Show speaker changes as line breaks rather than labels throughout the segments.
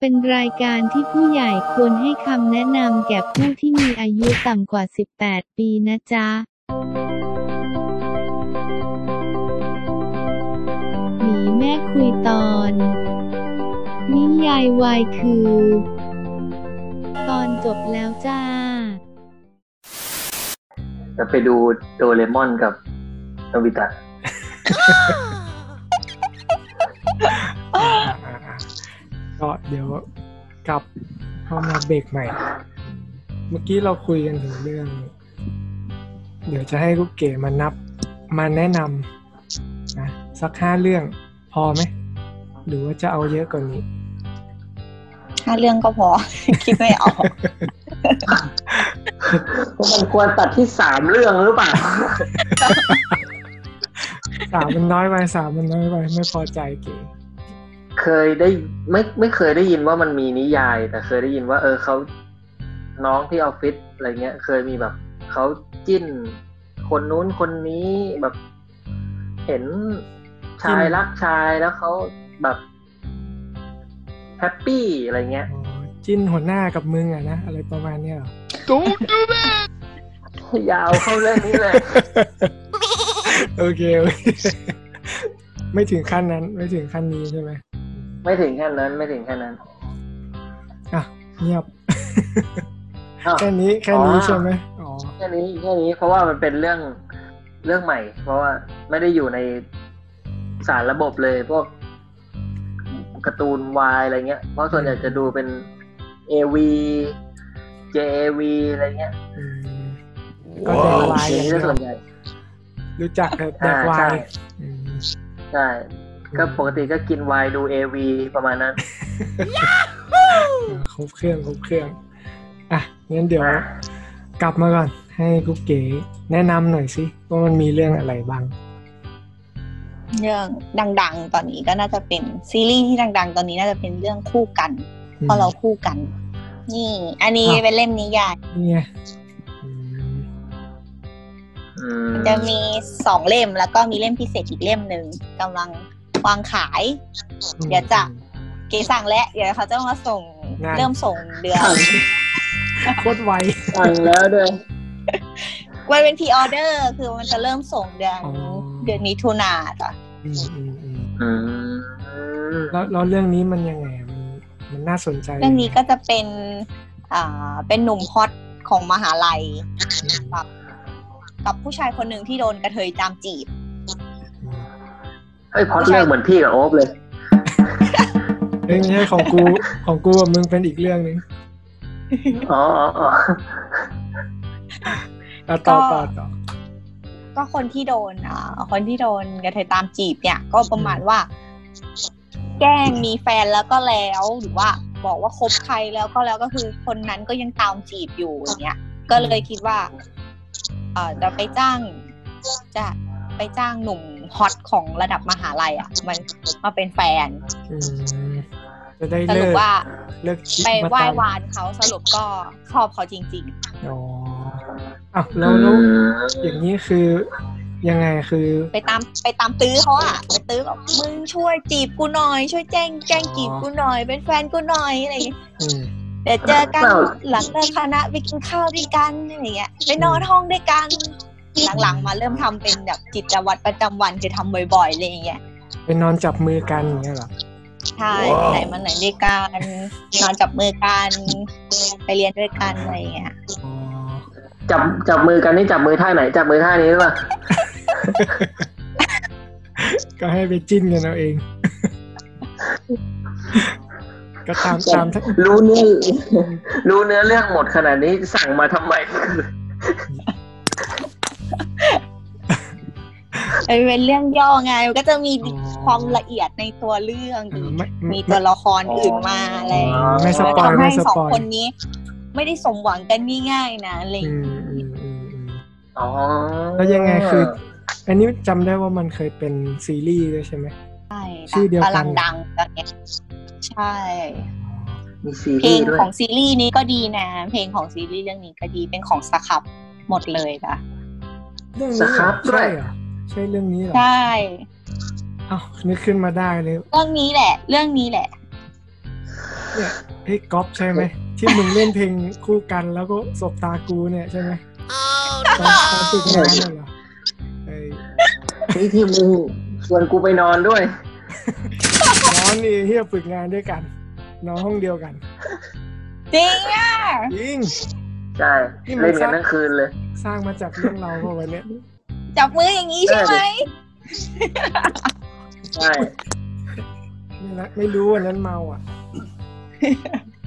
เป็นรายการที่ผู้ใหญ่ควรให้คำแนะนำแก่ผู้ที่มีอายุต่ำกว่า 18 ปีนะจ๊ะ หมีแม่คุยตอน นิยายวายคือ ตอนจบแล้วจ้า
จะไปดูโดเรมอนกับโนบิตะ
อ่าๆก็เดี๋ยวกลับเข้ามาเบรกใหม่ เมื่อกี้เราคุยกันถึงเรื่อง เดี๋ยวจะให้ลูกเก๋มานับมาแนะนำนะสักห้าเรื่องพอไหม หรือว่าจะเอาเยอะกว่านี้
ห้าเรื่องก็พอ คิดไม่ออก
มันควรตัดที่สามเรื่องหรือเปล่า
สามมันน้อยไปสามมันน้อยไปไม่พอใจเก๋
เคยได้ไม่ไม่เคยได้ยินว่ามันมีนิยาย แต่เคยได้ยินว่า เออเขาน้องที่ออฟฟิศอะไรเงี้ย เคยมีแบบเขาจิ้น คนนู้นคนนี้แบบเห็นชายรักชายแล้วเขาแบบแฮปปี้อะไรเงี้ย
อ๋อจิ้นหัวหน้ากับมึงอะนะ อะไรประมาณเนี้ยเหรอ
ยาวเข้าเรื่องนี้เลย
โอเคโอเค ไม่ถึงขั้นนั้น ไม่ถึงขั้นนี้ใช่ไหม
ไม่ถึงแค่นั้นไม่ถึงแค่นั้น
อ่ะเงียบ
อ้าว
แค่นี้แค่นี้
อ๋อ
ใช่ไหมอ๋อ
แค่นี้แค่นี้เพราะว่ามันเป็นเรื่องเรื่องใหม่ เพราะว่าไม่ได้อยู่ในสารระบบเลย พวกการ์ตูนวายอะไรเงี้ย เพราะส่วนใหญ่จะดูเป็น AV JAV อะไรเงี้ย
อืมก็แดกวาย
อ
อย่า
ย่าง งนี้จะ
เดียว
ส่วนใหญ่
รู้จักแต่แดกวา
อ่าใช่
ยอืม
ใช่ก็ปกติก็กินวายดู AV ประมาณนั้น
เออครบเครื่องครบเครื่อง อ่ะงั้นเดี๋ยว กลับมาก่อน ให้กุ๊กเก๋แนะนำหน่อยสิว่ามันมีเรื่องอะไรบ้าง
เรื่องดังๆ ตอนนี้ก็น่าจะเป็นซีรีส์ที่ดัง ๆ ตอนนี้น่าจะเป็นเรื่องคู่กันเพราะเราคู่กัน นี่ อันนี้
ครับ
เป็นเล่มนิยาย
นี่ไงอืม
อืม
จะมีสองเล่มแล้วก็มีเล่มพิเศษอีกเล่มหนึ่งกำลังวางขาย เดี๋ยวจะ เกสั่งและเดี๋ยวเขาจะมาส่ง
งาน
เริ่มส่งเดือน
โคตรไว
สั่งแล้วด้วย
มันเป็นพีออเดอร์คือมันจะเริ่มส่งเดือน
อ๋อ
เดือนมิถุนาจ้ะ
อืมอืมอืม
อืม
แล้วแล้วเรื่องนี้มันยังไงมันมันน่าสนใจ
เรื่องนี้ก็จะเป็นอ่าเป็นหนุ่มฮอตของมหาลัย
อืม
แบบกับผู้ชายคนหนึ่งที่โดนกระเทยตามจีบ
อืม
เอ้ยพอดเรื่องเหมือนพี่กับโอ๊บเลย
เอ้ยไม่ใช่ของกูของกูกับมึงเป็นอีกเรื่องหนึ่ง
อ๋ออ๋ออ๋อ
อ่ะต่อ
ก็
ต่อต่อ
ก็คนที่โดนอ่าคนที่โดนกระเทยตามจีบเนี่ย ก็ประมาณว่า แกล้งมีแฟนแล้วก็แล้วหรือว่า บอกว่าคบใครแล้วก็แล้วก็คือคนนั้นก็ยังตามจีบอยู่อย่างเงี้ย ก็เลยคิดว่า เอ่อจะไปจ้าง จะไปจ้างหนุ่มฮอตของระดับมหาลัยอ่ะ มันมาเป็นแฟน
อืม จะได้
ส
เลิ
รุป
ก
ว่า
เลิกคิด
ไป
มา
ไหว้
ตาม
วานเขาสรุปก็ชอบเขาจริง ๆ
อ๋ออ่ะแล้
อื
วแล้วอ
ม
ย่างนี้คือยังไงคือ
ไปตามไปตามตื้อเขาอะไปตื้อแบบมึงช่วยจีบกูหน่อย ช่วยแจ้งแจ้งจีบกูหน่อย เป็นแฟนกูหน่อยอะไรอย่างเงี้ย
อืม
เดี๋ยวเจอกันหลังเลิกคณะไปกินข้าวด้วยกันอะไรอย่างเงี้ยไปนอนห้องด้วยกัน หลังๆมาเริ่มทำเป็นแบบจิตวัตรประจำวันคือทำบ่อยๆอะไรอย่างเงี้ย
ไปนอนจับมือกันอย่างเงี้ยเหรอ
ใช่ไปไหนมาไหนด้วยกันนอนจับมือกันไปเรียนด้วยกันอะไรอย่างเงี้ย
อ๋อ
จับจับมือกันนี่จับมือท่าไหน จับมือท่านี้หรือเปล่า
ก็ให้ไปจิ้นกันเอาเอง ก็ตามตามท่าน
รู้เนื้อรู้เนื้อเรื่องหมดขนาดนี้สั่งมาทำไม
มันเป็นเรื่องย่อไงมันก็จะมี
อ๋อ
ความละเอียดในตัวเรื่อง
เอ
อี
อก ไม่
มี
ไม่
ตัวละครอื่นมาอะไรอย่างเงี้ย
ไม่สปอย
ทำ
ไม่
ให้
ส
สอง
ปอย
คนนี้ ไม่ได้สมหวังกันง่ายๆนะอะไรอย่าง
อื
เงี้ย
มอืมอืมอืม
อ๋อ
แล้วยังไงคือ อันนี้จำได้ว่ามันเคยเป็นซีรีส์ด้วยใช่ไหม
ใช่
ชื่อเดียวกัน
กำลังดังตอนเนี้ยใช่
มีซี
เพล
รี
ง
ส์ด้วย
ของซีรีส์นี้ก็ดีนะ เพลงของซีรีส์เรื่องนี้ก็ดีเป็นของสครับหมดเลยค่ะ
เรื่องนี้เหรอใช่เหรอใช่เรื่องนี้เหรอ
ใช่
อ้าวนึกขึ้นมาได้เลย
เรื่องนี้แหละ เรื่องนี้แหละ
เนี่ยไอ้ก๊อฟใช่ไหมที่มึงเล่นเพลงคู่กันแล้วก็สบตากูเนี่ยใช่ไหมตอนตอนฝึกงานน่ะเหรอไอ้
นี่ที่มึงชวนกูไปนอนด้วย
น้องนี่เฮียฝึกงานด้วยกันนอนห้องเดียวกัน
จริงอ่ะ
จริง
ใช่
นี่มัน
เล่นกันทั้งคืนเลย
สร้างมาจากเรื่องเราเพราะวันเนี้ย
จับมืออย่างนี้ใช่ไหม
ใช่
นี่ละไม่รู้วันนั้นเมาอ่ะ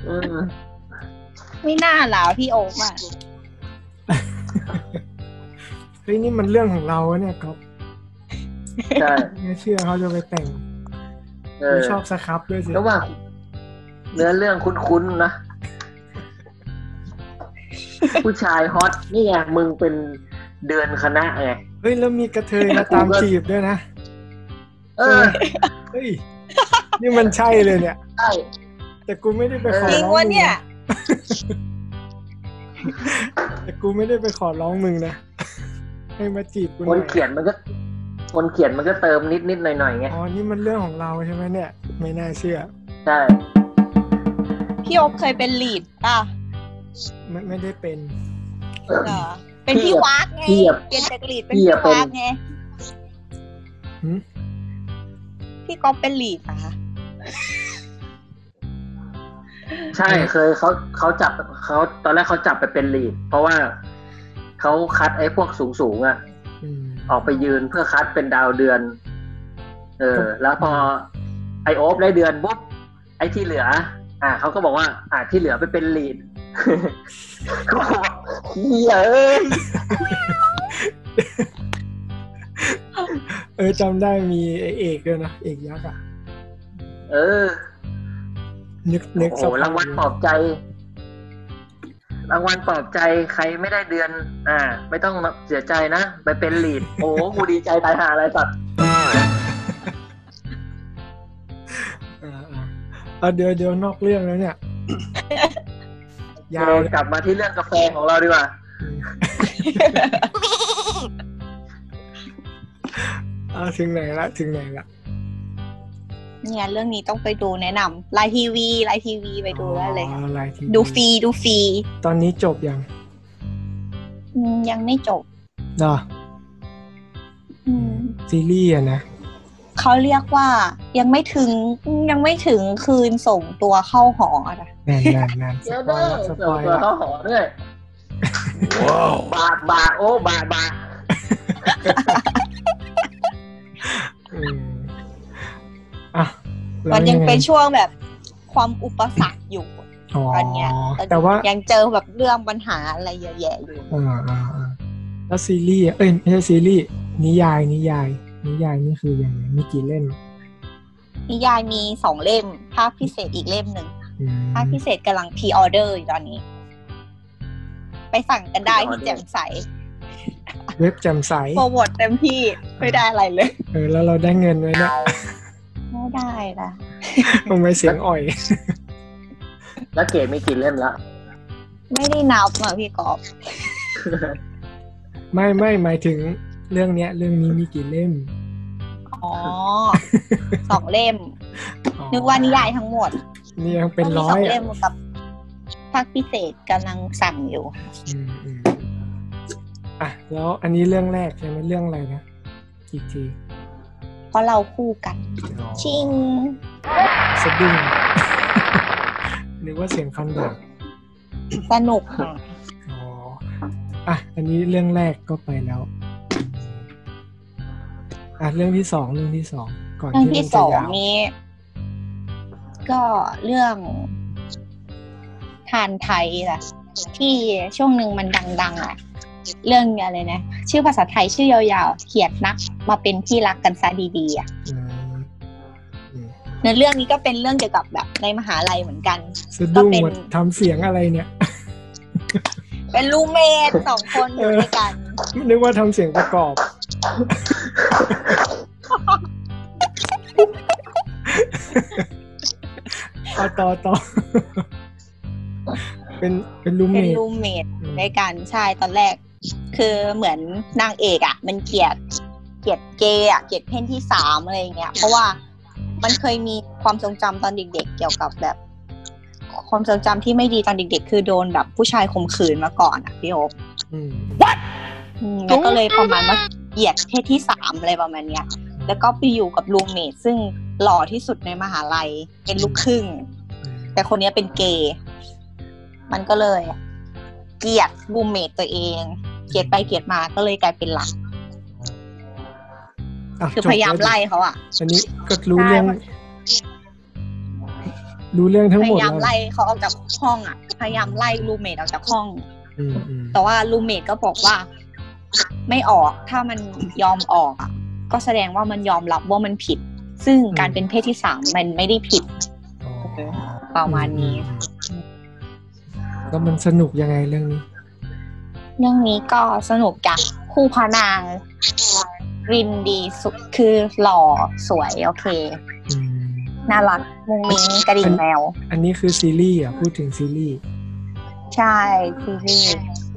อืม
ไม่น่าหรอพี่โอ๊คอ่ะ
เฮ้ยนี่มันเรื่องของเราอะเนี่ยครับ
ใช่
ไม่เชื่อเขาจะไปแต่ง
เออ
ไม่ชอบสครับด้วยสิ
แล้วว่าเนื้อเรื่องคุ้นๆนะ ผู้ชายฮอตนี่ไงมึงเป็นเดือนคณะไง
เฮ้ยแล้วมีกระเทยมาตามจีบด้วยนะ
เออ
เฮ้ยนี่มันใช่เลยเนี่ย
ใช่
แต่กูไม่ได้ไปขอ
จริง
ร้อง
วะ
มึง
เนี่ย
นะแต่กูไม่ได้ไปขอร้องมึงนะ ให้มาจีบกูห
คน
น่อย
เขียนมันก็คนเขียนมันก็เติมนิดๆหน่อยๆไง
อ๋อนี่มันเรื่องของเราใช่ไหมเนี่ย ไม่น่าเชื่อ
ใช่
พี่โอ๊คเคยเป็นลีดป่ะ
ไม่ไม่ได้เป็น
เออ
เหรอเป็นพี่วักไง
พี่อะ
เป็นจากลีดเป็น
พี่
พี่
อะเป็น
วักไง
หืม
พี่ก๊อฟเป็นลีดเหรอคะ
ใช่เคยเขาเขาจับเขาตอนแรกเขาจับไปเป็นลีด เพราะว่าเขาคัดไอ้พวกสูงๆอ่ะ
อืม
ออกไปยืนเพื่อคัดเป็นดาวเดือน เออ แล้วพอไอโอฟได้เดือนปุ๊บไอที่เหลือ อ่าเขาก็บอกว่า อ่าที่เหลือไปเป็นลีด กูบอกเหี้ยเอ้ย
เออจำได้มีไอ้เอกด้วยนะเอกยักษ์อ่ะ
เออ
นึกนึก
โอ้โห
สภพ
รางวัลปลอบใจ รางวัลปลอบใจใครไม่ได้เดือน อ่า ไม่ต้องเสียใจนะไปเป็นลีด โอ้โหกูดีใจตายหาอะไรสัตว์
อ่าอ่าเอาเดี๋ยวเดี๋ยวนอกเรื่องแล้ว เนี่ย ยาวเลย
กลับมาที่เรื่องกาแฟของเราดีกว่า
อืม เอาถึงไหนละถึงไหนละ
เนี่ยเรื่องนี้ต้องไปดูแนะนำไลน์ทีวีไลน์ทีวีไปดูได้เลย
อ๋อไลน์ทีวี
ดูฟรีดูฟรี
ตอนนี้จบยัง
อืมยังไม่จบ
เหรอ
อืม
ซีรีส์อะนะ
เขาเรียกว่ายังไม่ถึงยังไม่ถึงคืนส่งตัวเข้าหอนะ
นานนานนานส
เดี๋ยว
ปอ
เด้
ย
อ
ละส
เสื
ป
อ
อย
เสือ
ละ
เข้าหอด้วยบาทบาทโอ้บาทบาท
อืมอ่ะแล้ว
มันยังเป็น
ไ
ช่วงแบบความอุปสรรคอยู่
อ๋อ
ตอนเนี้ย
แต่ว่า
ยังเจอแบบเรื่องปัญหาอะไรเยอะแยะอยู่
อ่าอ่าอ่าแล้วซีรีส์อะเอ้ยไม่ใช่ซีรีส์นิยายนิยาย นิยายนี่คือยังไงมีกี่เล่ม
นิยายมีสองเล่ม ภาคพิเศษอีกเล่มหนึ่ง
อืม
ภาคพิเศษกำลังพ r ีออเดอร์อยู่ตอนนี้ ไปสั่งกันได้ที่แจ่มใส
เว็บแจำใส
โปรโมทเต็มที่ไม่ได้อะไรเลย
เออแล้วเราได้เงินไว้เนี่ย
ไม่ได้ละ
ทำไมเสียงอ่อย
แล้วเก๋มีกี่เล่มละ
ไม่ได้นับอ่ะพี่กอฟ
ไม่ไม่หมายถึงเรื่องเนี้ย เรื่องนี้มีกี่เล่ม
อ๋อสองเล่ม
อ๋อ
นึกว่านิยายทั้งหมด
นี่ยังเป็นร้อย
ก็มีสง
อะ
เล่มกับภาคพิเศษกำลังสั่งอยู่
อืมอืมอ่ะแล้วอันนี้เรื่องแรกใช่ไหมเรื่องอะไรนะอีกที
เพราะเราคู่กัน ชิง
สะดุ้ง นึกว่าเสียงคันดัก
สนุ กค่ะ
อ๋ออ่ะอันนี้เรื่องแรกก็ไปแล้ว อ่ะเรื่องที่สองเรื่องที่สองก่อน
เรื่อง
ที่
ที่
มัน
ส
จะ
อง
ยาว
นี้ ก็เรื่องทานไทยแหละที่ช่วงหนึ่งมันดัง ๆ อ่ะ เรื่องอะไรนะ ชื่อภาษาไทยชื่อยาวๆเขียดนัก มาเป็นที่รักกันซะดีๆอ่ะ
อืมอืม
ในเรื่องนี้ก็เป็นเรื่องเกี่ยวกับแบบในมหาลัยเหมือนกัน
สะดุ้ง
ก็เป็น
หมดทำเสียงอะไรเนี่ย
เป็นรูมเมทสองคนอยู่ด้วยกัน
นึกว่าทำเสียงประกอบ เอาต่อต่อ เป็นเป็นรูมเม
เป็น
ท
รูมเมท
อืม
ด้วยกันใช่ตอนแรก คือเหมือนนางเอกอ่ะ มันเกลียดเกลียดเกย์อ่ะเกลียดเพศที่สามอะไรอย่างเงี้ยเพราะว่ามันเคยมีความทรงจำตอนเด็กๆ เกี่ยวกับแบบ ความทรงจำที่ไม่ดีตอนเด็ก ๆ คือโดนแบบผู้ชายข่มขืนมาก่อนอ่ะพี่โอ๊ค
อืม
อืมแล้วก็เลยประมาณว่าเหยียดเพศที่สามอะไรประมาณเนี้ย แล้วก็ไปอยู่กับรูมเมทซึ่งหล่อที่สุดในมหาลัยเป็นลูกครึ่ง แต่คนเนี้ยเป็นเกย์ มันก็เลย เกลียดรูมเมทตัวเอง เกลียดไปเกลียดมาก็เลยกลายเป็นหลัก
ะ
คือ
จบ
พยายามไล่เขาอ่ะ
อันนี้ก็รู้เรื่อง
ใช่
รู้เรื่องทั้ง
พ
หมด
ยายาม
แล้ว
ไล่เขาออกจากห้องอ่ะ พยายามไล่รูมเมทออกจากห้อง
อืมอืม
แต่ว่ารูมเมทก็บอกว่า ไม่ออกถ้ามันยอมออกอ่ะ ก็แสดงว่ามันยอมรับว่ามันผิด ซึ่งการเป็นเพศที่สามมันไม่ได้ผิด
อ๋อ
ประมาณนี้
อืมแล้วมันสนุกยังไงเรื่องนี้
เรื่องนี้ก็สนุกจากคู่พระนางรินดีสุดคือหล่อสวยโอเค
อืม
น่ารักมุงมิ้งกระดิ่งแมว
อันนี้คือซีรีส์อ่ะ พูดถึงซีรีส์
ใช่ซีรีส์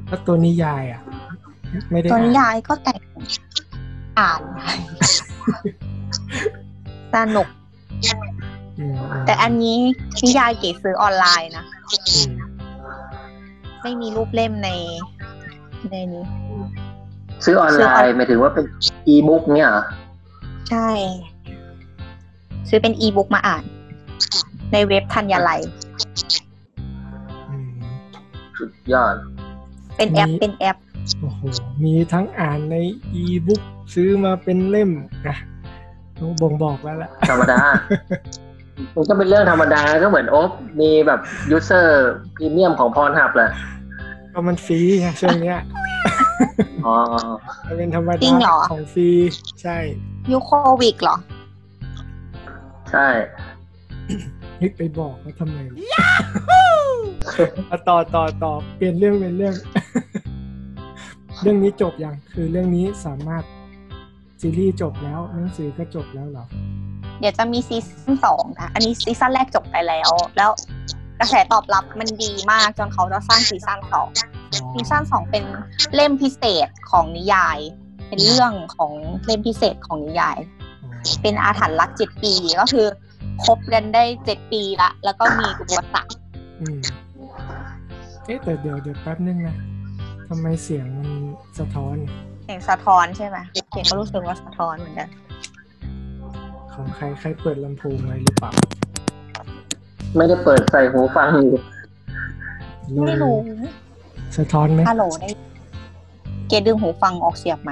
แล้วตัวนิยายอ่ะ ไม่ได้
ตัวนิ
อ่าน
ยายก็แต่งอ่าน สนุก
อืมม
แต่อันนี้นิยายเก๋ซื้อออนไลน์นะ
อืม
ไม่มีรูปเล่มในในนี้
ซื้อออนไลน์หมายถึงว่าเป็นอีบุ๊กเนี่ยเหรอ
ใช่ ซื้อเป็นอีบุ๊กมาอ่าน ในเว็บทัญญาไลย
อืม
สุดยอด
เป็นแอป
มี
เป็นแอป
โอ้โห มีทั้งอ่านในอีบุ๊กซื้อมาเป็นเล่มนะต้องบ่งบอกแล้วล่ะ
ธรรม ดา มันก็เป็นเรื่องธรรมดาก็เหมือนโอ๊บมีแบบยูเซอร์พรีเมียมของพรหับแหละ
ก็มันฟรีไงช่วงเนี้ย
อ๋อ
มันเป็นธรรม
จริ
ดาง
เหรอ
ของฟรี ใช่
ยูโควิกเหรอ
ใช่
นึกไปบอกว่าทำไมอ่ะต่อต่อต่อเปลี่ยนเรื่องเป็นเรื่อง เรื่องนี้จบยังคือเรื่องนี้สามารถซีรีส์จบแล้วหนังสือก็จบแล้วเหรอ
เดี๋ยวจะมีซีซั่นสองนะ อันนี้ซีซั่นแรกจบไปแล้ว แล้วกระแสตอบรับมันดีมากจนเขาจะสร้างซีซั่นสอง
อ๋อ
ซีซั่นสองเป็นเล่มพิเศษของนิยาย เป็นเรื่องของเล่มพิเศษของนิยาย
อ๋อ
เป็นอาถรรพ์รักเจ็ดปีก็คือคบกันได้เจ็ดปีละ แล้วก็มีอุปสรรค
อืมเอ๊ะแต่เดี๋ยวเดี๋ยวแป๊บนึงนะทำไมเสียงมันสะท้อน
เสียงสะท้อนใช่ไหมเสียงก็รู้สึกว่าสะท้อนเหมือนกัน
ของใครใครเปิดลำโพงไว้หรือเปล่า
ไม่ได้เปิดใส่หูฟังอยู่
ไม่รู้
สะท้อนไหม
ฮัลโหลได้ เกดดึงหูฟังออกเสียบไหม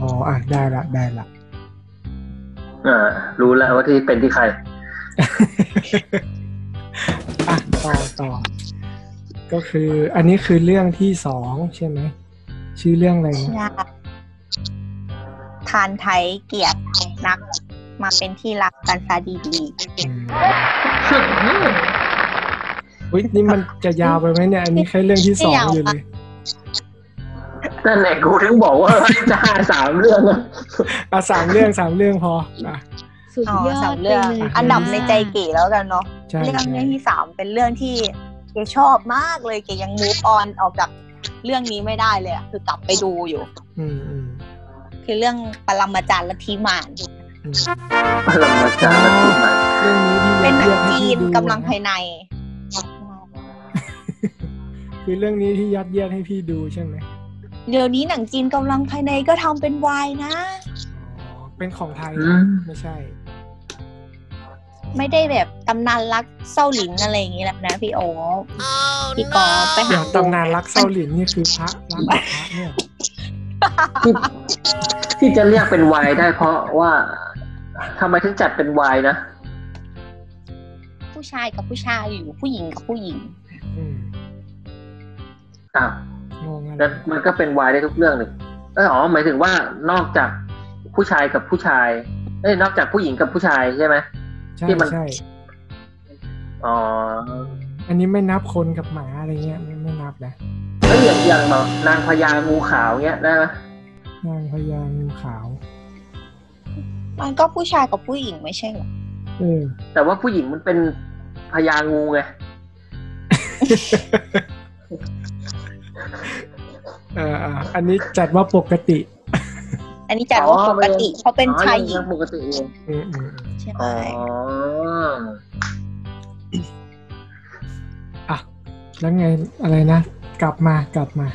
อ๋ออ่ะได้ละได้ละ
อ่ารู้แล้วว่าที่เป็นที่ใคร
อ่ะต่อต่อ ก็คืออันนี้คือเรื่องที่สองใช่ไหม ชื่อเรื่องอะไรนะ
ยากทานไทยเกลียรตินัก มาเป็นที่รักกันซะดี
อืมอุ๊ยนี่มันจะยาวไปไหมเนี่ย อันนี้แค่เรื่องที่สองอยู่เลย
นั่นแหละกูถึงบอกว่า จ้าสามเรื่องนะ
อ่ะสามเรื่องสามเรื่องพออ่ะ
สุด
ๆอ๋อย
อ
สา
ด
ม
ไป
เรื่อง
เลย
อันดับในใจเก๋แล้วกันเนาะ
ใช่
เรื่อง
ใช่
เรื่องที่สามเป็นเรื่องที่เก๋ชอบมากเลยเก๋ยังมูฟออนออกจากเรื่องนี้ไม่ได้เลยอะคือกลับไปดูอยู่
อืมอืม
คือเรื่องปรมาจารย์ลัทธิมาร
อืม
พลังมาจารย์ที่มัน
เรื่องนี้ที่
เป็นห
เลือกให้พี่ดู
นังจีนกำลังภายใน
คือเรื่องนี้ที่ยัดเยียดให้พี่ดูใช่ไหม
เดี๋ยวนี้หนังจีนกำลังภายในก็ทำเป็นวายนะ
อ๋อเป็นของไทย
อืม
ไม่ใช่
ไม่ได้แบบตำนานรักเศร้าหลินอะไรอย่างงี้แล้วนะพี่โอคพี่กอฟไป
เดี๋
หา
ยว
ดู
ตำนานรักเศร้าหลินนี่คือพระรักพระเนี่ย
ที่ที่จะเรียกเป็นวายได้เพราะว่าทำไมถึงจัดเป็นวายนะ
ผู้ชายกับผู้ชายอยู่ผู้หญิงกับผู้หญิง
อืม
อ่ะ
งงอะไร
แล้วมันก็เป็นวายได้ทุกเรื่องเลยเอออ๋อหมายถึงว่านอกจากผู้ชายกับผู้ชาย เอ้ยนอกจากผู้หญิงกับผู้ชายใช่ไหม
ใช่
ที่มัน
ใช่
อ๋อ
อันนี้ไม่นับคนกับหมาอะไรเงี้ยไม่ไม่นับนะ
เอ้ยอย่างอย่างแบบนางพญางูขาวเงี้ยได้ไหม
นางพญางูขาว
มันก็ผู้ชายกับผู้หญิงไม่ใช่เหรอ
เออ
แต่ว่าผู้หญิงมันเป็นพญางูไง
เอออ่ะอันนี้จัดว่าปกติ
อันนี้จัดว่าปกติเขาเป็นชายหญิ
อ๋อง ปกติเอง
อืมอืมอืม
ใช่ไหม
อ๋อ
แล้วไงอะไรนะ กลับมากลับมา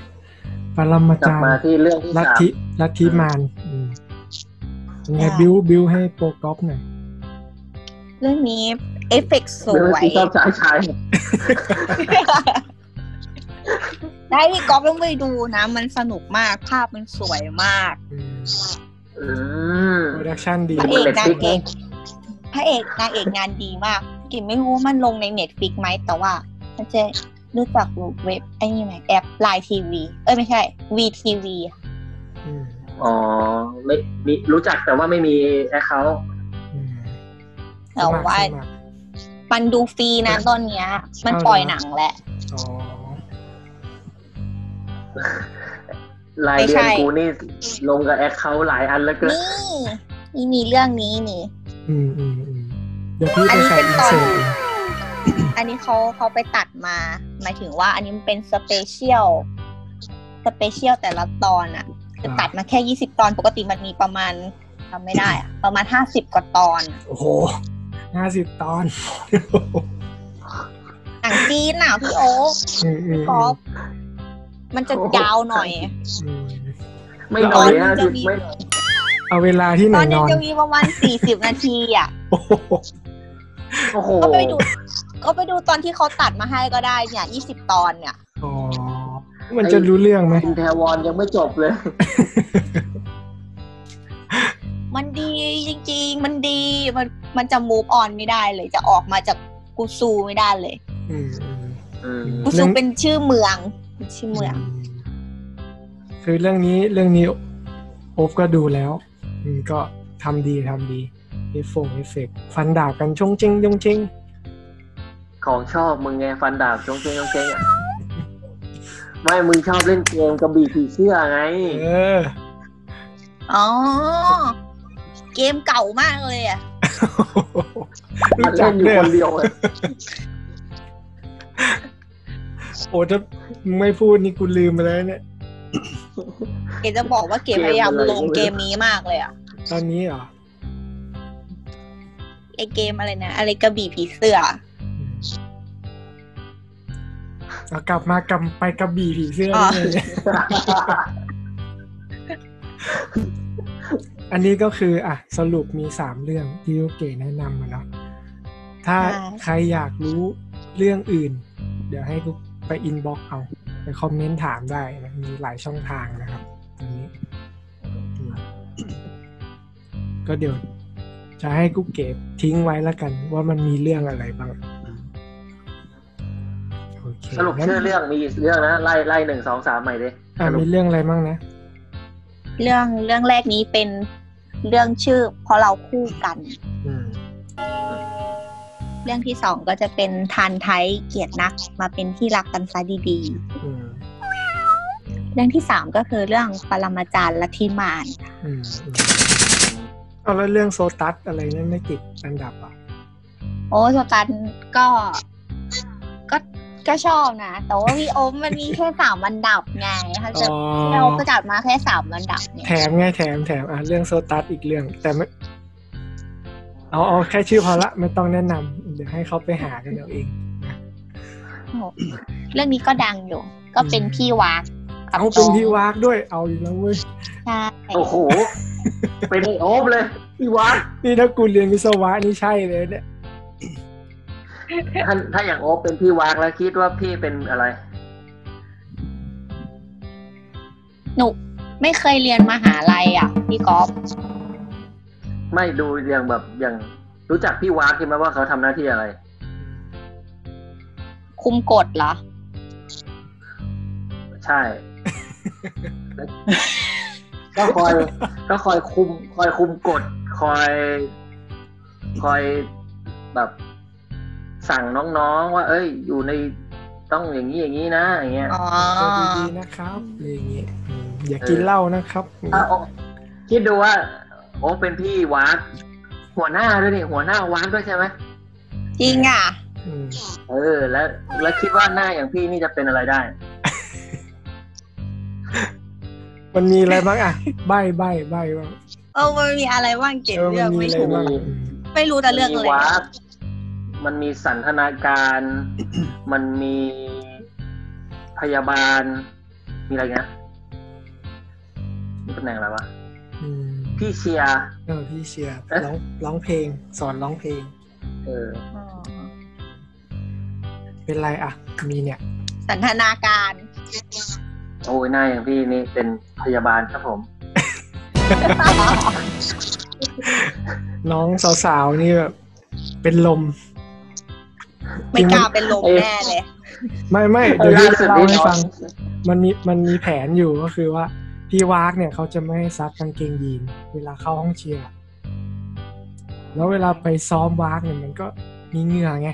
ปรมา
ลับ
จาร
มา
ย์
ที่เรื่องที่
ลั
สา
ท
ม
ธิลัทธิมารอืมยังไงบิวบิวให้โปรกอฟหน่อย
เรื่องนี้เอฟเฟกต์ส
เรื่อง
วย
ที่ชอบชายชาย
ได้พี่ก๊อฟต้องไปดูนะ มันสนุกมากภาพมันสวยมาก
อืม
โปรดักชันดี
พระเอก
มัน
นาง
Netflix
เอกพระเอกนางเอกงานดีมากกิ่นไม่รู้ว่ามันลงในเน็ตฟิกไหมแต่ว่ามันจะรู้จักเว็บไอ้นี่ไหมแอปไลน์ทีวีเอ้ยไม่ใช่ VTV
อืม
อ๋อไม่มีรู้จักแต่ว่าไม่มีแอคเคาท์
อืม
แต่ว่า
สมัครสมัคร
มันดูฟรีนะตอนเนี้ย มันปล่อยหนังแล้ว
อ๋อ
รายเดือน
ไม่ใช่
กูนี่ลงกับแอคเคาท์หลายอันแล้วเกิน
นี่นี่มีเรื่องนี้นี่
อืมอืมอืมเดี๋ยวพี่ไปใส่
อันนี้
อิน
เป็นตอน
เสิร์ต
อันนี้เขาเขาไปตัดมาหมายถึงว่าอันนี้มันเป็นสเปเชียลสเปเชียลแต่ละตอนอะจะตัดมาแค่ยี่สิบตอนปกติมันมีประมาณทำไม่ได้อะประมาณห้าสิบกว่าตอน
โอ้โหห้าสิบตอน
หนังจีนอะพี่โอ๊ค
อืมอืม
ก๊อฟมันจะยาวหน่อย
อืม
ไม่
ต
น้
อ
อน ยนะ
หนึงจะมี
ไม่
เอาเวลาที่ไหน
ตอน
น
หนึง
อน
จะมีประมาณสี่สิบนาทีอะ
โอ้โห
โอ้โห
ก็ไปดู ก็ไปดูตอนที่เขาตัดมาให้ก็ได้เนี่ยยี่สิบตอนเนี่ย
อ๋อมันจะรู้เรื่องไหม
อินเทวอนยังไม่จบเลย
มันดีจริง ๆ มันดีมันมันจะ move on ไม่ได้เลย จะออกมาจากกูซูไม่ได้เลย
อืมอืม
อืม
กู
เรื่
ซู
อง
เป็นชื่อเมืองเป็นชื่อเมือง
คือเรื่องนี้เรื่องนี้โอบก็ดูแล้วอืมก็ทำดีทำดีเอฟเอฟเฟกฟันดาบกันชงเจงยงเจง
ของชอบมึงไงฟันดาบจงเจงจงเจงอะไม่มึงชอบเล่นเกมกระบี่ผีเสื้อไง
เออ
อ๋อ เกมเก่ามากเลยอ่ะ
มั
รู้
น
จั
เล่
ก
นอยู่คน
ด้วยเหรอ
เดียว เลย
โอ้ถ้ามึงไม่พูดนี่กูลืมไปแล้วเนี่ย
เกมจะบอกว่าเกมพยายามลงเกมนี้มากเลยอ่ะ
ตอนนี้เหรอ
ไอเกมอะไรนะ อะไรกระบี่ผีเสื้อ
เรากลับมากลับไปกระบี่ผีเสื้ออ
อ
นี่เลยอันนี้ก็คืออ่ะสรุปมีสามเรื่องที่ยูเกะแนะนำมาเนาะถ้า
ใช่
ใครอยากรู้เรื่องอื่น เดี๋ยวให้กูไปอินบ็อกเอา ไปคอมเมนต์ถามได้นะมีหลายช่องทางนะครับตอนนี้อืมก็เดี๋ยว จะให้กูเก็บทิ้งไว้แล้วกัน ว่ามันมีเรื่องอะไรบ้างโอเค
สรุปชื่อเรื่องมีเรื่องนะไล่ไล่หนึ่งสองสามใหม่ดิ
อ่ะ
สรุป
มีเรื่องอะไรบ้างนะ
เรื่องเรื่องแรกนี้เป็นเรื่องชื่อเพราะเราคู่กัน
อืม
เรื่องที่สองก็จะเป็นทานไทยเกียรตินัก มาเป็นที่รักกันซะดีๆ
อืม
เรื่องที่สามก็คือเรื่องปรมาจารย์ลัทธิมาร
อืมอืมเอาแล้วเรื่องโซตัสอะไรนั่นไม่ติดอันดับเหรอ่ะ
โอ้สตันก็ก็ก็ชอบนะ แต่ว่าวีโอมมันมีแค่ สามอันดับไงเขาจะเราก็จัดมาแค่สามอันดับเนี่ย
แถมไงแถมแถมอ่ะเรื่องโซตัสอีกเรื่อง แต่ไม่เอาเอาแค่ชื่อพอละไม่ต้องแนะนำเดี๋ยวให้เขาไปหากันเอาเองนะ
เรื่องนี้ก็ดังอยู่ ก็เป็นพี่วากกับ
เอาเป็นที่วากด้วยเอาอีกแล้วเว้ย
ใช่
โอ้โห เป็นไอ้โอบเลยพี่วัด
นี่ถ้ากูเรียนวิศวะนี่ใช่เลยเนี่ย
ถ้าถ้าอย่างโอบเป็นพี่วักแล้วคิดว่าพี่เป็นอะไร
หนูไม่เคยเรียนมหาลัยอ่ะ พี่ก๊อฟ
ไม่ดูอย่างแบบอย่างรู้จักพี่วักใช่ไหมว่าเขาทำหน้าที่อะไร
คุมกฎเหรอ
ใช่ ก็คอย ก็คอยคุม คอยคุมกฎ คอย คอยแบบสั่งน้องๆว่า เอ้ย อยู่ในต้องอย่างนี้อย่างนี้นะอย่างเงี้ย
อ๋อ
ดูดีๆนะครับอะไรอย่างเงี้ยอืมอย่ากินเหล้านะครับ
ถ้าโอคิดดูว่า โอ้เป็นพี่วัดหัวหน้าด้วยนี่หัวหน้าวัดด้วยใช่ไหม
จริงอ่ะ
อืม
เออ แล้ว แล้วคิดว่าหน้าอย่างพี่นี่จะเป็นอะไรได้
มันมีอะไรบ้างอ่ะ ใบใบใบบ้าง
เออมันมีอะไรว่างเก็บ
เออ
เรื่
มั
อน ง
มีอะ
ไม่
ไร
ถูก
บ้าง
ไม่ถูก
อืม
ไม่รู้แต่เรื่องอะ
มั
ไร
นมีวักมันมีสันทนาการ มันมี พยาบาล มีอะไรนะมีตำแหน่งอะไรวะ
อืม
พี่เชียร์
เออพี่เชียร์
เอ๊ะ
ร้องร้องเพลง สอนร้องเพลง
เออ
อ๋อ
เป็นไรอ่ะ มีเนี่ย
สันทนาการ
โอ้ยหน้าอย่างพี่นี่เป็นพยาบาลครับผม
น้องสาวๆนี่แบบเป็นลม
ไม่กล้าเป็นลมแน่เลย
ไม่ไม่
เอ
เดี๋ย
อ
ว
ล่า
พี่
สุด
จะเล่า
นี้
ให้
น้อ
ฟั
ง
ง มันมีมันมีแผนอยู่ก็คือว่า พี่วากเนี่ยเขาจะไม่ให้ซักกางเกงยีนเวลาเข้าห้องเชียร์แล้วเวลาไปซ้อมวากเนี่ยมันก็มีเหงื่อไง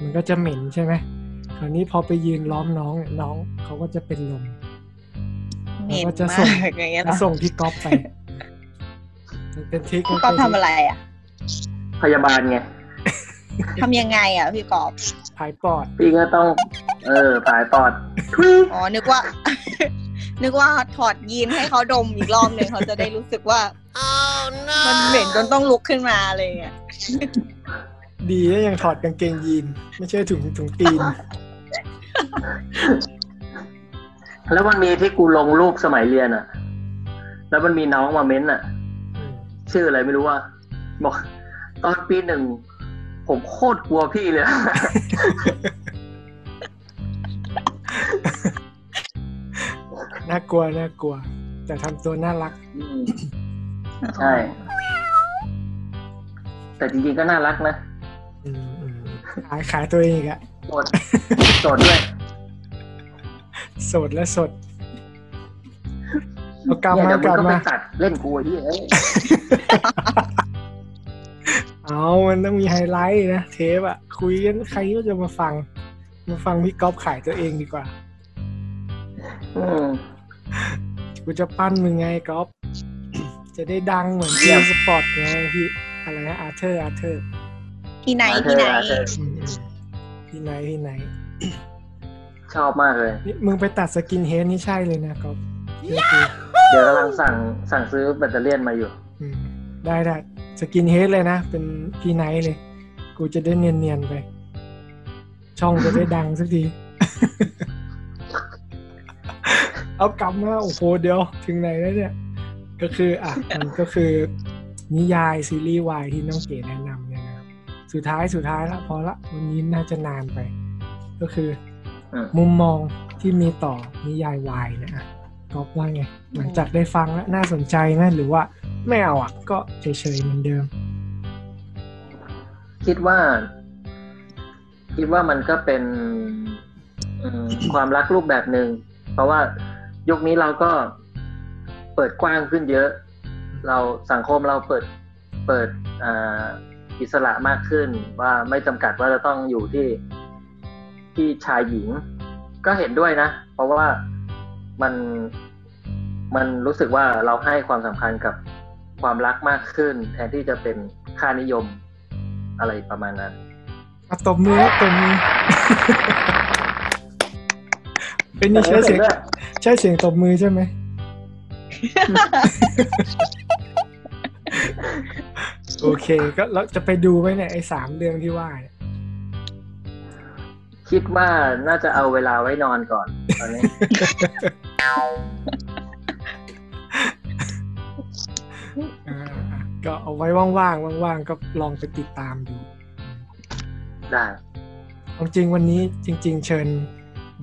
มันก็จะเหม็นใช่ไหมคราวนี้พอไปยืนล้อมน้องเนี่ยน้องเขาก็จะเป็นลม
เหม็น
แล้วก็จะ
มา
ส่ง
กอย่างเงี้ยเหร
จะ
อ
ส่งพี่ก๊อฟไปมันเป็นทริค
พี่กอฟทำอะไรอ่ะ
พยาบาลไง
ทำยังไงอ่ะพี่กอ ฟ
ผายปอด
พี่ก็ต้อง เออผายปอด
อ๋อนึกว่า นึกว่าถอดยีนให้เขาดมอีกรอบหนึ่งเขาจะได้รู้สึกว่า มันเหม็นจนต้องลุกขึ้นมาอะไรอย่างเงี้ย
ดีนะยังถอดกางเกงยีน ไม่ใช่ถุงถุงตีน
แล้วมันมีที่กูลงรูปสมัยเรียนอะแล้วมันมีน้องมาเม้นอะชื่ออะไรไม่รู้ว่า บอก ตอนปีหนึ่ง ผมโคตรกลัวพี่เลย
น่ากลัวน่ากลัว แต่ทำตัวน่ารัก
ใช่ แต่จริงๆก็น่ารักนะ
อืมอืมขายขายตัวเองอีกอะ
โสดโสดด้วย
โสดและสดเอากลับมา
เนี่ย
ก
เดี๋ย
ลั
ว
บ
มึงก็ไป
มา
ตัดเล่นกูไอ้เหี้ยเอ้ย
เอามันต้องมีไฮไลท์นะ เทปอะคุยกันใครก็จะมาฟัง มาฟังพี่ก๊อฟขายตัวเองดีกว่า
อืม
กูจะปั้นมึงไงก๊อฟจะได้ดังเหมือน
เยี่
พี่
ยม
สปอร์ตไงพี่อะไรนะอาเธอร์อาเธอร์
ที่ไหน
อาเธ
ที่
อ
ไหน
ร์อาเธอร์
พี่ไหนพี่ไหน
ชอบมากเลย
นี่มึงไปตัดสกินเฮดนี่ใช่เลยนะก๊อฟเรื่องจริง
เดี๋ยวกำลังสั่งสั่งซื้อแบตเตอรี่ยนมาอยู่
อืมได้ได้สกินเฮดเลยนะ เป็นพี่ไนท์เลย กูจะได้เนียนๆไป ช่องจะได้ดังสักที เอากลับมาโอ้โหเดี๋ยว ถึงไหนแล้วเนี่ย ก็คืออ่ะมันก็คือ นิยายซีรีส์วายที่น้องเก๋แนะนำเนี่ยนะครับสุดท้ายสุดท้ายละพอละวันนี้น่าจะนานไป ก็คือ
อืม
มุมมองที่มีต่อนิยายวายนะอ่ะก็ว่าไง หลังจากได้ฟังแล้วน่าสนใจไหมหรือว่าไม่เอาอ่ะ ก็เฉยๆเหมือนเดิม
คิดว่า คิดว่ามันก็เป็นอืมความรักรูปแบบหนึ่งเพราะว่ายุคนี้เราก็เปิดกว้างขึ้นเยอะ เราสังคมเราเปิดเปิดอ่าอิสระมากขึ้น ว่าไม่จำกัดว่าจะต้องอยู่ที่ที่ชายหญิง ก็เห็นด้วยนะ เพราะว่ามันมันรู้สึกว่าเราให้ความสำคัญกับความรักมากขึ้น แทนที่จะเป็นค่านิยมอะไรประมาณนั้น
อะตบมือตบมือ เป็นนี่ใช้เสียงใช้เสียงตบมือใช่ไหม โอเค ก็เราจะไปดูไหมเนี่ยไอ้สามเรื่องที่ว่าเนี่ย
คิดว่าน่าจะเอาเวลาไว้นอนก่อน ตอนนี้
อ่าก็เอาไว้ว่างๆว่างๆก็ลองไปติดตามดู
ได้
ความจริงวันนี้จริง ๆ เชิญ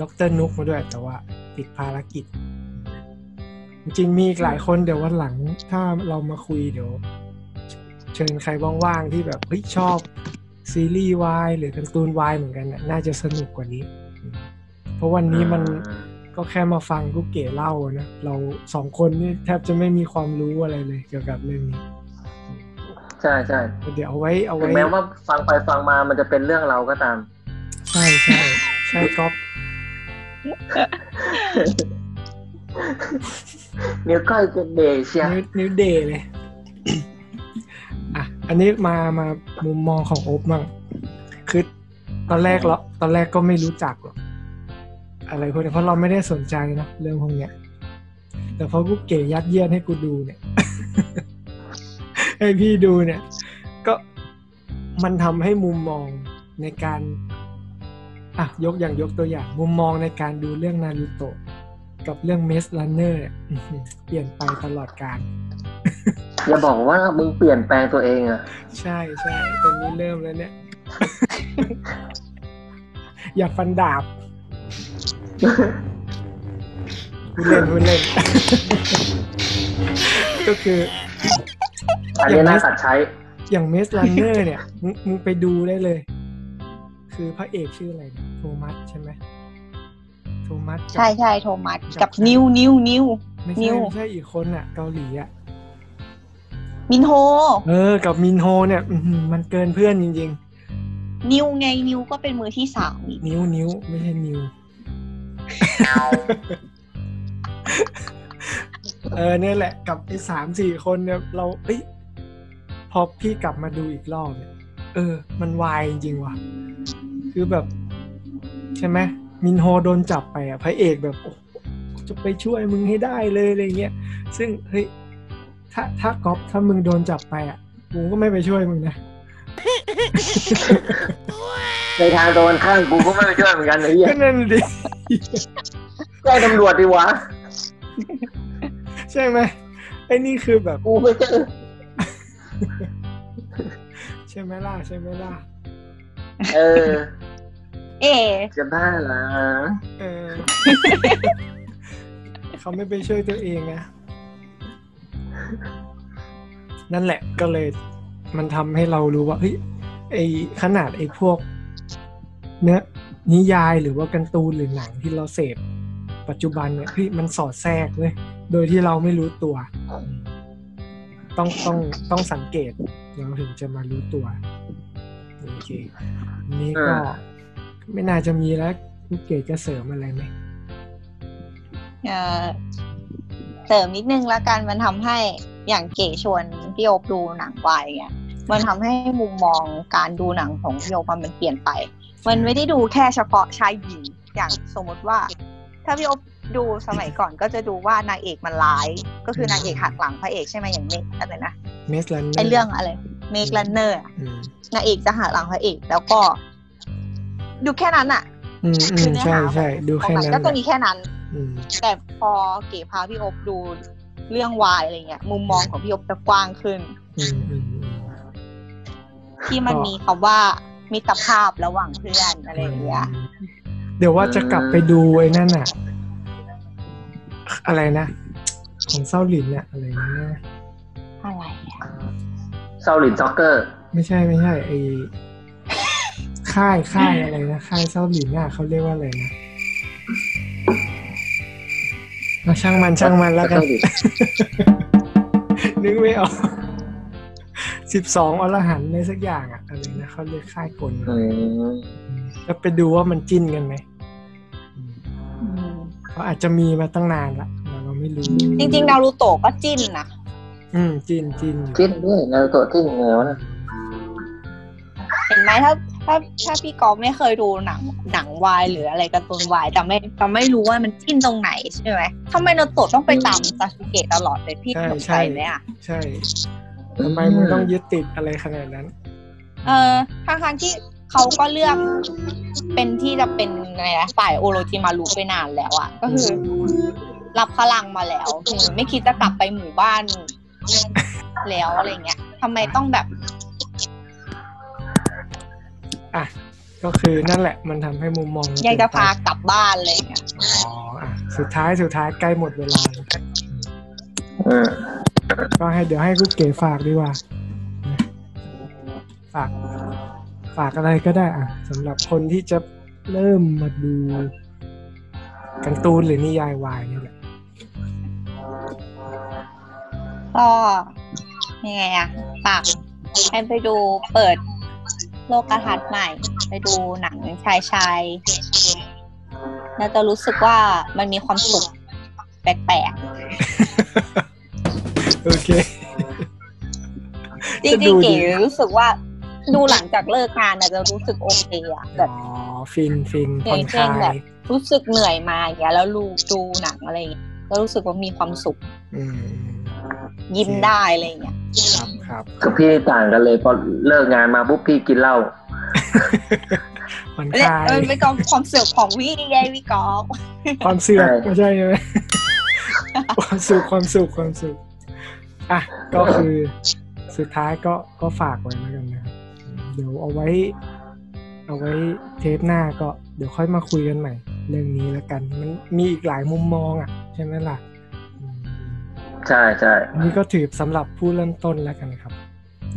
ดรนุกมาด้วย แต่ว่าติดภารกิจ จริงๆมีอีกหลายคนเดี๋ยววันหลัง ถ้าเรามาคุยเดี๋ยว เชิญใครว่างๆที่แบบเฮ้ยชอบซีรีส์วายหรือการ์ตูนวายเหมือนกันน่ะน่าจะสนุกกว่านี้อืมเพราะวันนี้มัน
อืม
ก็แค่มาฟังกุ๊กเก๋เล่านะ เราสองคนนี่แทบจะไม่มีความรู้อะไรเลยเกี่ยวกับเรื่องนี้
ใช่ใช่
เดี๋ยวเอาไว้เอา
ถึ
ไว้
งแม้ว่าฟังไปฟังมามันจะเป็นเรื่องเราก็ตาม
ใช่ใช่ใช่ก๊อฟ
นิ้วก้อยกดเดชเชีย
นิ้วนิ้วเดย์เลย อ่ะ อันนี้มามามุมมองของโอ๊บมั่งคือตอนแรกเราตอนแรกก็ไม่รู้จักหรอกอะไรพวกนี้เพราะเราไม่ได้สนใจนะเรื่องพวกเนี้ย แต่พอกุ๊กเก๋ยัดเยียดให้กูดูเนี่ย ให้พี่ดูเนี่ย ก็มันทำให้มุมมองในการ อ่ะยกอย่างยกตัวอย่าง มุมมองในการดูเรื่องนารูโตะกับเรื่องเมสลันเนอร์เปลี่ยนไปตลอดการ
อย่าบอกว่ามึงเปลี่ยนแปลงตัวเองอะ
ใช่ใช่ตอนนี้เริ่มแล้วเนี่ย อย่าฟันดาบพูดเล่นพูดเล่น ก็คือ
อันนี้น่าตัดใช้
อย่างเมสลันเนอร์เนี่ย มึงมึงไปดูได้เลย คือพระเอกชื่ออะไรนะโทมัสใช่ไหมโทมัสกับ
ใช่ใช่โทมัส
กั
กั
บบ ใคร
นิวนิวนิว
ไม่
นิ
ใช่
ว
ไม่ใช่อีกคนอ่ะ เกาหลีอ่ะ
มินโฮ
เออ กับมินโฮเนี่ย อื้อหือมันเกินเพื่อนจริง
นิวไงนิวก็เป็นมือที่สามอีก
ๆ นิ้วนิ้วไม่ใช่นิว เออเนี่ยแหละ กับไอ้สามสี่คนเนี่ย เราเอ้ยพอพี่กลับมาดูอีกรอบเนี่ย เออ มันวายจริงๆว่ะ คือแบบ ใช่ไหมมินโฮโดนจับไปอ่ะพระเอกแบบโอ้โหจะไปช่วยมึงให้ได้เลยอะไรเงี้ยซึ่งเฮ้ยถ้าถ้าก๊อฟถ้ามึงโดนจับไปอ่ะกูก็ไม่ไปช่วยมึงนะ
ในทางตรงกันข้ามกูก็ไม่ไปช่วยเหมือนกันไอ้เหี้ย
ก็นั่นดิ
แจ้งตำรวจดีวะ
ใช่ไหมไอ้นี่คือแบบ
กูไม่เจอ
ใช่ไหมล่ะใช่ไหมล่ะ
เออ
เอ๋
จะบ้าเหรอ
เออ เขาไม่ไปช่วยตัวเองนะนั่นแหละก็เลย มันทำให้เรารู้ว่าเฮ้ยไอขนาดไอพวก เนื้อนิยายหรือว่าการ์ตูนหรือหนังที่เราเสพปัจจุบันเนี่ยเฮ้ยมันสอดแทรกเลยโดยที่เราไม่รู้ตัว ต้องต้องต้องสังเกตเราถึงจะมารู้ตัวโอเคนี่ก็ ไม่น่าจะมีแล้วลูกเกดจะเสริมอะไรไหม
เอ่อเสริมนิดนึงละกันมันทำให้อย่างเก๋ชวนพี่โอบดูหนังวายเงี้ยมันทำให้มุมมองการดูหนังของพี่โอบมันเปลี่ยนไป มันไม่ได้ดูแค่เฉพาะชายหญิงอย่างสมมติว่า ถ้าพี่โอบดูสมัยก่อนก็จะดูว่านางเอกมันร้าย ก็คือนางเอกหักหลังพระเอกใช่ไหมอย่างนี้อะไรนะ
เมสลัน
ไอเรื่องอะไรเมกลันเนอร์
อืม
นางเอกจะหาหลังพระเอกแล้วก็ ดูแค่นั้นอะ
อืมอื
คื
ม
เนื้อ
ใช่
หา
ใช่ดู
ขอ
แค่
งมัน
นั้น
ก็จะ
แห
มี
ละ
แค่นั้น
อืม
แต่พอเก๋พาพี่อบดูเรื่องวายอะไรเงี้ย มุมมองของพี่อบจะกว้างขึ้น
อืมอืมอืม
ที่มัน
ก็
มีคำว่ามิตรภาพระหว่างเพื่อนอะไรอย่างเงี้ย
เดี๋ยวว่าจะกลับไปดูไอ้นั่นอ่ะ อะไรนะของเซาหลินอ่ะอะไรนะ
อะไรอะ
เซาหลินจ็อกเกอร์
ไม่ใช่ไม่ใช่ไอค่ายค่ายอะไรนะค่ายเซาหลินอ่ะเขาเรียกว่าอะไรนะอ่ะช่างมันช่างมันแล้วกัน นึกไม่ออกสิบสองอรหันต์ในสักอย่างอะอะไรนะเขาเรียกค่ายกล
อืม
แล้วไปดูว่ามันจิ้นกันไหม
อืม
เขาอาจจะมีมาตั้งนานละแต่เราไม่รู้
จริงๆนารูโตะก็จิ้นนะ
อืมจิ้นจิ้นอยู่
คิดด้วยนารูโตะที่เหนือวะนะ
เห็นไหมถ้าถ้าถ้าพี่กอฟไม่เคยดูหนังหนังวายหรืออะไรการ์ตูนวายแต่ไม่แต่ไม่รู้ว่ามันจิ้นตรงไหนใช่ไหมทำไมนารูโตะต้องไปตามซาสึเกะตลอดเลยพี่สงสัยไหมอะ
ใช่ทำไมมึงต้องยึดติดอะไรขนาดนั้น
เออทางทางๆที่เขาก็เลือกเป็นที่จะเป็นอะไรนะฝ่ายโอโรจิมารุไปนานแล้วอะก็คือ รับพลังมาแล้วคือไม่คิดจะกลับไปหมู่บ้านแล้วอะไรเงี้ยทำไมต้องแบบ
อ่ะ ก็คือนั่นแหละมันทำให้มุมมองเร
อยากจะ
เปลี่
พาน
ไป
กลับบ้านเลยเงี้ย
อ๋ออ่ะสุดท้ายสุดท้ายใกล้หมดเวลาแล้ว
อืม
ก็ให้เดี๋ยวให้กุ๊กเก๋ฝากดีกว่านะฝาก ฝากอะไรก็ได้อ่ะสำหรับคนที่จะเริ่มมาดูการ์ตูนหรือนิยายวายนี่แหละ
ก็ยังไงอะฝากให้ไปดูเปิดโลกทัศน์ใหม่ ไปดูหนังชายชายๆแล้วจะรู้สึกว่ามันมีความสุขแปลกๆ
โอเค
จริ
จะ
ง
ดูดี
ๆเก๋รู้สึกว่าดูหลังจากเลิกงานน่ะจะรู้สึกโอเคอะแบ
อ๋อบ ฟินฟินผ่อนคลา
เจ๋งๆแบบ
ย
รู้สึกเหนื่อยมาอย่างเงี้ยแล้วลูกดูหนังอะไรอย่างเงี้ยก็รู้สึกว่ามีความสุข
อืม
ยิ้มได้อะไรอย่างเงี้ย
ครับครับ
กับพี่ต่างกันเลยพอเลิกงานมาปุ๊บพี่กินเหล้า
ผ่อน
เอ้
ค
ย
ลาย
เออเป็นกองความเสือกของวิไงวิกอล์ฟ
ความเสื่อม
ใช่
ไม่ใช่ใช่ไหม ความสุขความสุขความสุขอ่ะก็คือสุดท้ายก็ก็ฝากไว้แล้วกันนะครับเดี๋ยวเอาไว้ เอาไว้เทปหน้าก็เดี๋ยวค่อยมาคุยกันใหม่ เรื่องนี้แล้วกัน มันมีอีกหลายมุมมองอ่ะ ใช่ไหมล่ะอืม
ใช่ใช่
อันนี่ก็ถือสำหรับผู้เริ่มต้นแล้วกันครับ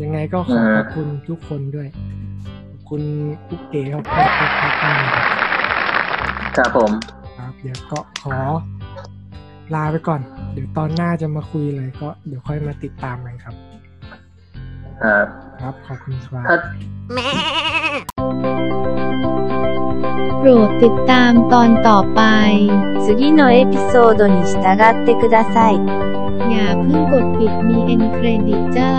ยังไงก็ขอ
เออ
ขอบคุณทุกคนด้วย ขอบคุณกุ๊กเก๋ขอบคุณครับ
ครับผม
ครับเดี๋ยวก็ขอลาไปก่อน เดี๋ยวตอนหน้าจะมาคุยอะไรก็เดี๋ยวค่อยมาติดตามกันครับ
ครับ
ครับ ขอบคุณครับ
ถ้า
โปรดติดตามตอนต่อไป
次のエピソードに従ってください。
อย่าเพิ่งกดปิดมีเอ็นเครดิตจ้า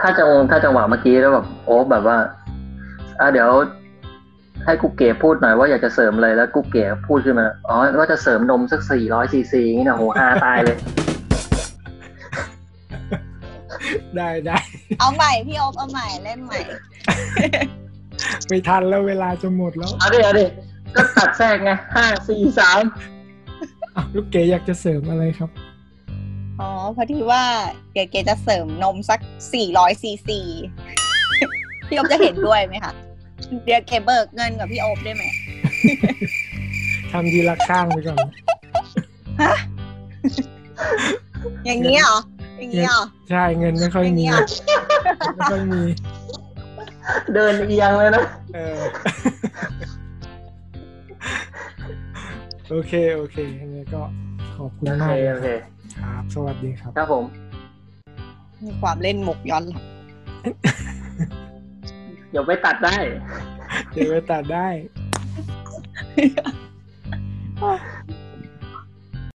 ถ้าจังถ้าจังหวะเมื่อกี้แล้วแบบโอ้แบบว่าอ่ะเดี๋ยว ให้กูเก๋พูดหน่อยว่าอยากจะเสริมอะไรแล้วกูเก๋พูดขึ้นมาอ๋อว่าจะเสริมนมสักสี่ร้อยซีซีนี่นะโหฮาตายเลย
ได้ได้
เอาใหม่พี่อ๊อฟเอาใหม่เล่นใหม่
ไม่ทันแล้วเวลาจะหมดแล้ว
เอาดิเอาดิก็ตัดแทรกไงห้าสี่สาม
อ่ะลูกเก๋อยากจะเสริมอะไรครับ
อ๋อพอดีว่าเดี๋ยวเกจะเสริมนมสัก 400ซีซีพี่อบจะเห็นด้วยไหมคะ เดี๋ยวเกเบิกเงินกับพี่อบได้ไหม
ทำทีละข้างไปก่อน
อย่างนี้เหรออย่างนี้เหรอ
ใช่เงินไม่ค่อย
อย่าง
มี
นี้เหรอ
ไม่ค่อยมี
เดินเอียงเลยนะ
เออ โอเค โอเคงั้นก็ขอบคุณ
โอ
มา
เค
ก
โอเค
ครับ สวัสดีครับ
ครับผม
มีความเล่นหมกย้อนหลัง
เดี๋ยวไปตัดได้
เดี๋ยวไปตัดได้
โอ้